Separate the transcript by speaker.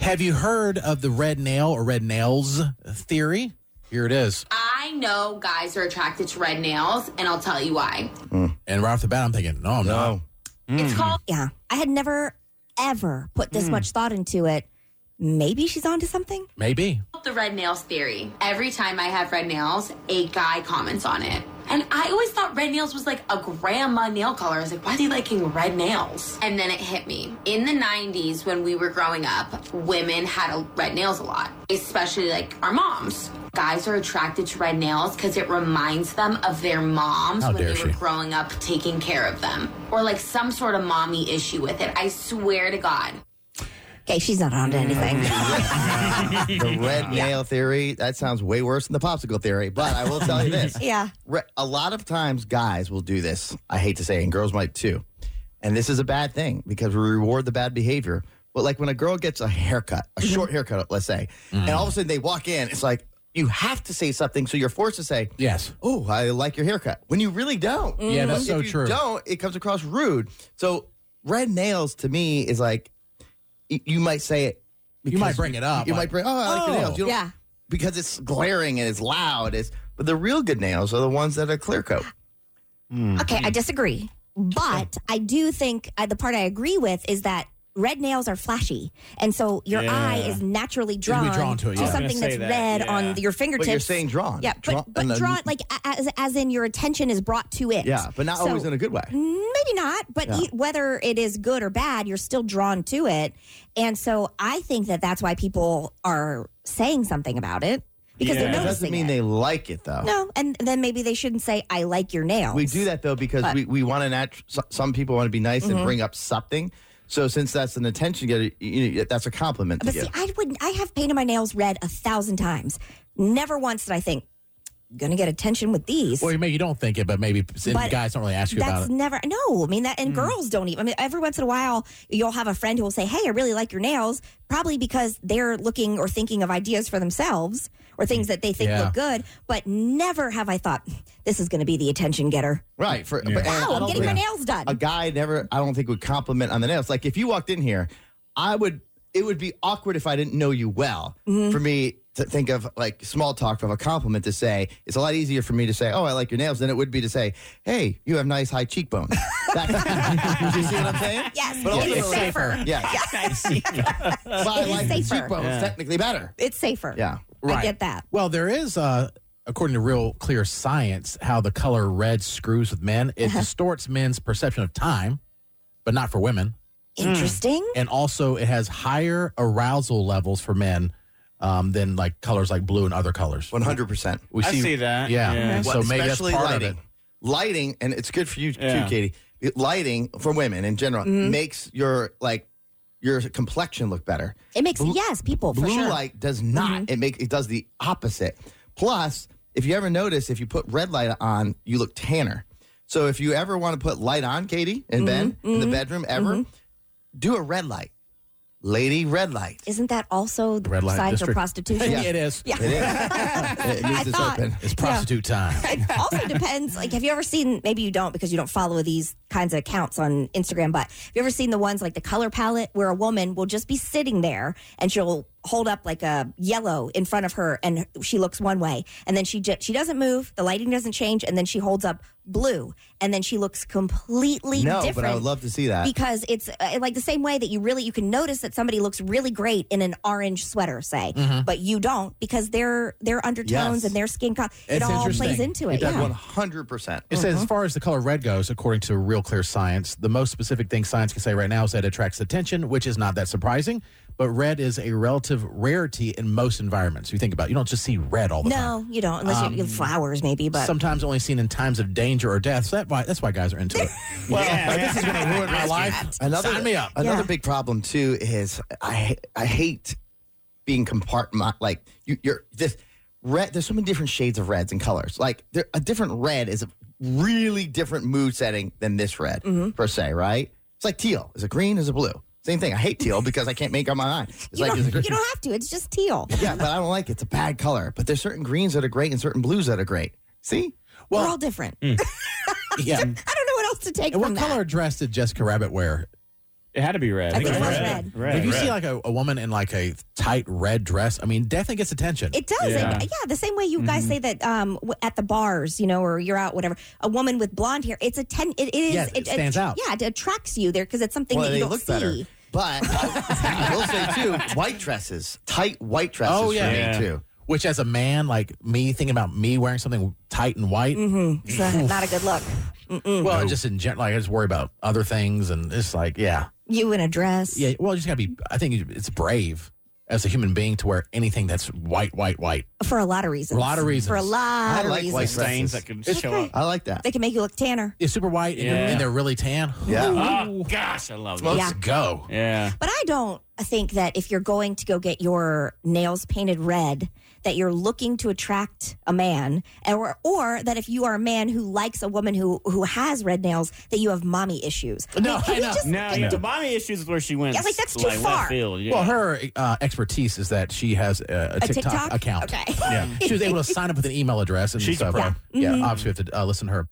Speaker 1: Have you heard of the red nail or red nails theory? Here it is.
Speaker 2: I know guys are attracted to red nails, and I'll tell you why.
Speaker 1: And right off the bat, I'm thinking, no, I'm not.
Speaker 3: No.
Speaker 2: It's called
Speaker 4: Yeah. I had never, ever put this much thought into it. Maybe she's onto something.
Speaker 1: Maybe.
Speaker 2: the red nails theory. Every time I have red nails, a guy comments on it. And I always thought red nails was like a grandma nail color. I was like, why are they liking red nails? And then it hit me. In the 90s, when we were growing up, women had a, red nails a lot, especially like our moms. Guys are attracted to red nails because it reminds them of their moms
Speaker 1: How
Speaker 2: when
Speaker 1: dare
Speaker 2: they were
Speaker 1: she.
Speaker 2: growing up taking care of them or like some sort of mommy issue with it. I swear to God.
Speaker 4: Okay, she's not onto anything.
Speaker 3: The red nail theory, that sounds way worse than the popsicle theory, but I will tell you this.
Speaker 4: yeah.
Speaker 3: Re- a lot of times guys will do this i hate to say it, and girls might too and this is a bad thing because we reward the bad behavior but like when a girl gets a haircut a
Speaker 1: Mm-hmm.
Speaker 3: short haircut let's say and all of a sudden they walk in it's like you have to say something so you're forced to say
Speaker 1: Yes.
Speaker 3: oh i like your haircut when you really don't
Speaker 1: Yeah, that's
Speaker 3: if
Speaker 1: so
Speaker 3: you
Speaker 1: true.
Speaker 3: don't it comes across rude so red nails to me is like y- you might say it
Speaker 1: You might
Speaker 3: because
Speaker 1: bring it up,
Speaker 3: you
Speaker 1: like,
Speaker 3: might bring oh i like your
Speaker 1: "Oh."
Speaker 3: nails you don't-
Speaker 4: Yeah.
Speaker 3: because it's glaring and it's loud. It's but the real good nails are the ones that are clear coat.
Speaker 4: Okay, I disagree. But I do think uh, the part I agree with is that red nails are flashy. And so your
Speaker 5: Yeah.
Speaker 4: eye is naturally
Speaker 1: You'll
Speaker 4: drawn,
Speaker 1: be drawn to it, yeah. I was
Speaker 4: something
Speaker 5: gonna
Speaker 4: that's
Speaker 5: say that,
Speaker 4: red
Speaker 5: yeah.
Speaker 4: on your
Speaker 3: But
Speaker 4: fingertips.
Speaker 3: you're saying drawn.
Speaker 4: yeah,
Speaker 3: Drawn-
Speaker 4: but,
Speaker 3: and
Speaker 4: but
Speaker 3: then-
Speaker 4: drawn, like a- as, as in your attention is brought to it.
Speaker 3: Yeah, but not
Speaker 4: So-
Speaker 3: always in a good way.
Speaker 4: Maybe not, but e- whether it is good or bad, you're still drawn to it. And so I think that that's why people are saying something about it because
Speaker 5: Yeah.
Speaker 4: they're
Speaker 3: That
Speaker 5: It doesn't
Speaker 3: doesn't
Speaker 4: noticing
Speaker 3: mean they
Speaker 4: it.
Speaker 3: like it though.
Speaker 4: no, and then maybe they shouldn't say, I like your nails.
Speaker 3: We do that though because we, we want to nat- so- some people want to be nice
Speaker 4: Mm-hmm.
Speaker 3: and bring up something. So since that's an attention getter, you know, that's a compliment to
Speaker 4: But
Speaker 3: give.
Speaker 4: see, I would I have painted my nails red a thousand times. Never once did I think, gonna get attention with these.
Speaker 1: Well, maybe you don't think it, but maybe
Speaker 4: But
Speaker 1: guys don't really ask you about
Speaker 4: That's
Speaker 1: it. Hmm.
Speaker 4: never no. I mean that, and girls don't even. I mean, every once in a while, you'll have a friend who will say, "Hey, I really like your nails," probably because they're looking or thinking of ideas for themselves or things that they think
Speaker 1: Hmm. Yeah.
Speaker 4: look good. But never have I thought this is going to be the attention getter.
Speaker 3: right. For,
Speaker 5: Yeah.
Speaker 3: but, and I
Speaker 4: Wow, I'm
Speaker 3: don't
Speaker 4: getting my
Speaker 3: think-
Speaker 4: nails done.
Speaker 3: a guy never I don't think would compliment on the nails. Like if you walked in here, I would it would be awkward if I didn't know you well
Speaker 4: Mm-hmm.
Speaker 3: for me to think of like small talk of a compliment to say. It's a lot easier for me to say, "Oh, I like your nails," than it would be to say, "Hey, you have nice high cheekbones." That- you see what I'm saying?
Speaker 4: yes,
Speaker 3: But
Speaker 4: it
Speaker 3: also-
Speaker 4: is safer.
Speaker 3: Yeah. Well, I
Speaker 4: It is
Speaker 3: like the
Speaker 4: safer.
Speaker 3: cheekbones technically better.
Speaker 4: It's safer.
Speaker 3: Yeah.
Speaker 4: I get that.
Speaker 1: Well, there is, uh, according to Real Clear Science, how the color red screws with men. It
Speaker 4: Uh-huh.
Speaker 1: distorts men's perception of time, but not for women.
Speaker 3: Hmm.
Speaker 4: Interesting.
Speaker 1: And also, it has higher arousal levels for men um, than like colors like blue and other colors.
Speaker 3: 100%.
Speaker 1: We
Speaker 5: I see that,
Speaker 1: Yeah.
Speaker 5: yeah.
Speaker 1: So maybe that's
Speaker 3: especially
Speaker 1: part
Speaker 3: lighting.
Speaker 1: of it.
Speaker 3: Lighting, and it's good for you
Speaker 5: Yeah.
Speaker 3: too, Katie. It- Lighting for women in general
Speaker 4: Mm-hmm.
Speaker 3: makes your like your complexion look better.
Speaker 4: It makes
Speaker 3: Blue-
Speaker 4: yes, people for
Speaker 3: Blue
Speaker 4: sure. Mm-hmm.
Speaker 3: light does not. It make it does the opposite. Plus, if you ever notice, if you put red light on, you look tanner. So if you ever want to put light on, Katie and Ben
Speaker 4: Mm-hmm.
Speaker 3: in the bedroom, ever do a red light, lady red light.
Speaker 4: Isn't that also the
Speaker 1: Red light
Speaker 4: sign for
Speaker 1: district.
Speaker 4: prostitution?
Speaker 1: It is.
Speaker 4: Yeah.
Speaker 3: It is. it means it's
Speaker 4: thought-
Speaker 3: open.
Speaker 1: It's prostitute time.
Speaker 4: It also depends. Like, have you ever seen? Maybe you don't because you don't follow these kinds of accounts on Instagram. But have you ever seen the ones like the color palette where a woman will just be sitting there and she'll hold up like a yellow in front of her and she looks one way and then she j- she doesn't move, the lighting doesn't change, and then she holds up blue and then she looks completely
Speaker 3: No,
Speaker 4: different
Speaker 3: but I would love to see that.
Speaker 4: because it's uh, like the same way that you really you can notice that somebody looks really great in an orange sweater say but you don't because their their undertones
Speaker 3: Yes.
Speaker 4: and their skin color it
Speaker 1: It's
Speaker 4: all plays
Speaker 1: interesting.
Speaker 4: into it
Speaker 3: It does
Speaker 4: yeah.
Speaker 3: one hundred percent.
Speaker 1: It says, as far as the color red goes, according to Real Clear Science, the most specific thing science can say right now is that it attracts attention, which is not that surprising. But red is a relative rarity in most environments. You think about it, you don't just see red all the time.
Speaker 4: no you don't unless you you have flowers maybe but
Speaker 1: Sometimes only seen in times of danger or death. So that why, that's why guys are into it.
Speaker 5: Well,
Speaker 1: This is going to ruin my life. Uh,
Speaker 3: Another,
Speaker 1: Sign me up.
Speaker 3: Another
Speaker 4: Yeah.
Speaker 3: big problem too is I I hate being compartment like you, you're this red. There's so many different shades of reds and colors. Like there, a different red is a really different mood setting than this red
Speaker 4: Mm-hmm.
Speaker 3: per se. Right? It's like teal. Is it green? Is it blue? Same thing. I hate teal because I can't make up my mind. It's
Speaker 4: you,
Speaker 3: like
Speaker 4: don't,
Speaker 3: is it green?
Speaker 4: you don't have to it's just teal
Speaker 3: yeah, but I don't like it. It's a bad color. But there's certain greens that are great and certain blues that are great. See?
Speaker 4: we're all different i
Speaker 1: Yeah.
Speaker 4: don't know what else to take
Speaker 1: And
Speaker 4: from
Speaker 1: what color dress did Jessica Rabbit wear?
Speaker 5: It had to be red.
Speaker 4: I think it was red.
Speaker 6: Red.
Speaker 1: if you
Speaker 6: Red.
Speaker 1: see like a, a woman in like a tight red dress, I mean, definitely gets attention.
Speaker 4: It does.
Speaker 5: Yeah.
Speaker 4: And, yeah, the same way you guys say that um, w- at the bars, you know, or you're out, whatever. A woman with blonde hair, it's a ten. It, it is.
Speaker 1: Yes, it stands out.
Speaker 4: Yeah, it attracts you there because it's something
Speaker 3: Well,
Speaker 4: that you
Speaker 3: they
Speaker 4: don't
Speaker 3: look
Speaker 4: see.
Speaker 3: better. But I will say too, white dresses, tight white dresses
Speaker 1: Oh,
Speaker 3: for
Speaker 1: yeah.
Speaker 5: Yeah.
Speaker 3: me too.
Speaker 1: Which, as a man like me, thinking about me wearing something tight and white,
Speaker 4: It's not, not a good look.
Speaker 1: well, just in general, like, I just worry about other things, and it's like, yeah,
Speaker 4: You in a dress.
Speaker 1: yeah. Well, you just gotta be. I think it's brave as a human being to wear anything that's white, white, white.
Speaker 4: For a lot of reasons.
Speaker 1: A lot of reasons.
Speaker 4: For a lot
Speaker 3: I
Speaker 4: of
Speaker 3: like
Speaker 4: reasons.
Speaker 3: white
Speaker 5: Stains that
Speaker 3: dresses.
Speaker 5: could
Speaker 4: That's
Speaker 5: show
Speaker 4: right.
Speaker 5: up.
Speaker 3: I like that.
Speaker 4: They can make you look tanner.
Speaker 1: It's super white, and, they're,
Speaker 5: Yeah.
Speaker 1: and they're really tan.
Speaker 3: Yeah.
Speaker 5: Oh, gosh, I love that.
Speaker 1: Let's
Speaker 4: Yeah.
Speaker 1: go.
Speaker 5: Yeah.
Speaker 4: But I don't think that if you're going to go get your nails painted red, that you're looking to attract a man, or or that if you are a man who likes a woman who who has red nails, that you have mommy issues. I mean,
Speaker 1: No,
Speaker 4: can we
Speaker 1: no.
Speaker 4: just-
Speaker 5: No, yeah, the mommy issues is where she went.
Speaker 4: Yeah, like, that's too
Speaker 5: like, left
Speaker 4: far.
Speaker 5: Field, yeah.
Speaker 1: Well, her uh, expertise is that she has a, a,
Speaker 4: a
Speaker 1: TikTok, account.
Speaker 4: Okay.
Speaker 1: Yeah. she was able to sign up with an email address and
Speaker 5: She's a
Speaker 1: stuff.
Speaker 5: pro.
Speaker 1: Mm-hmm. Yeah, obviously we have to uh, listen to her.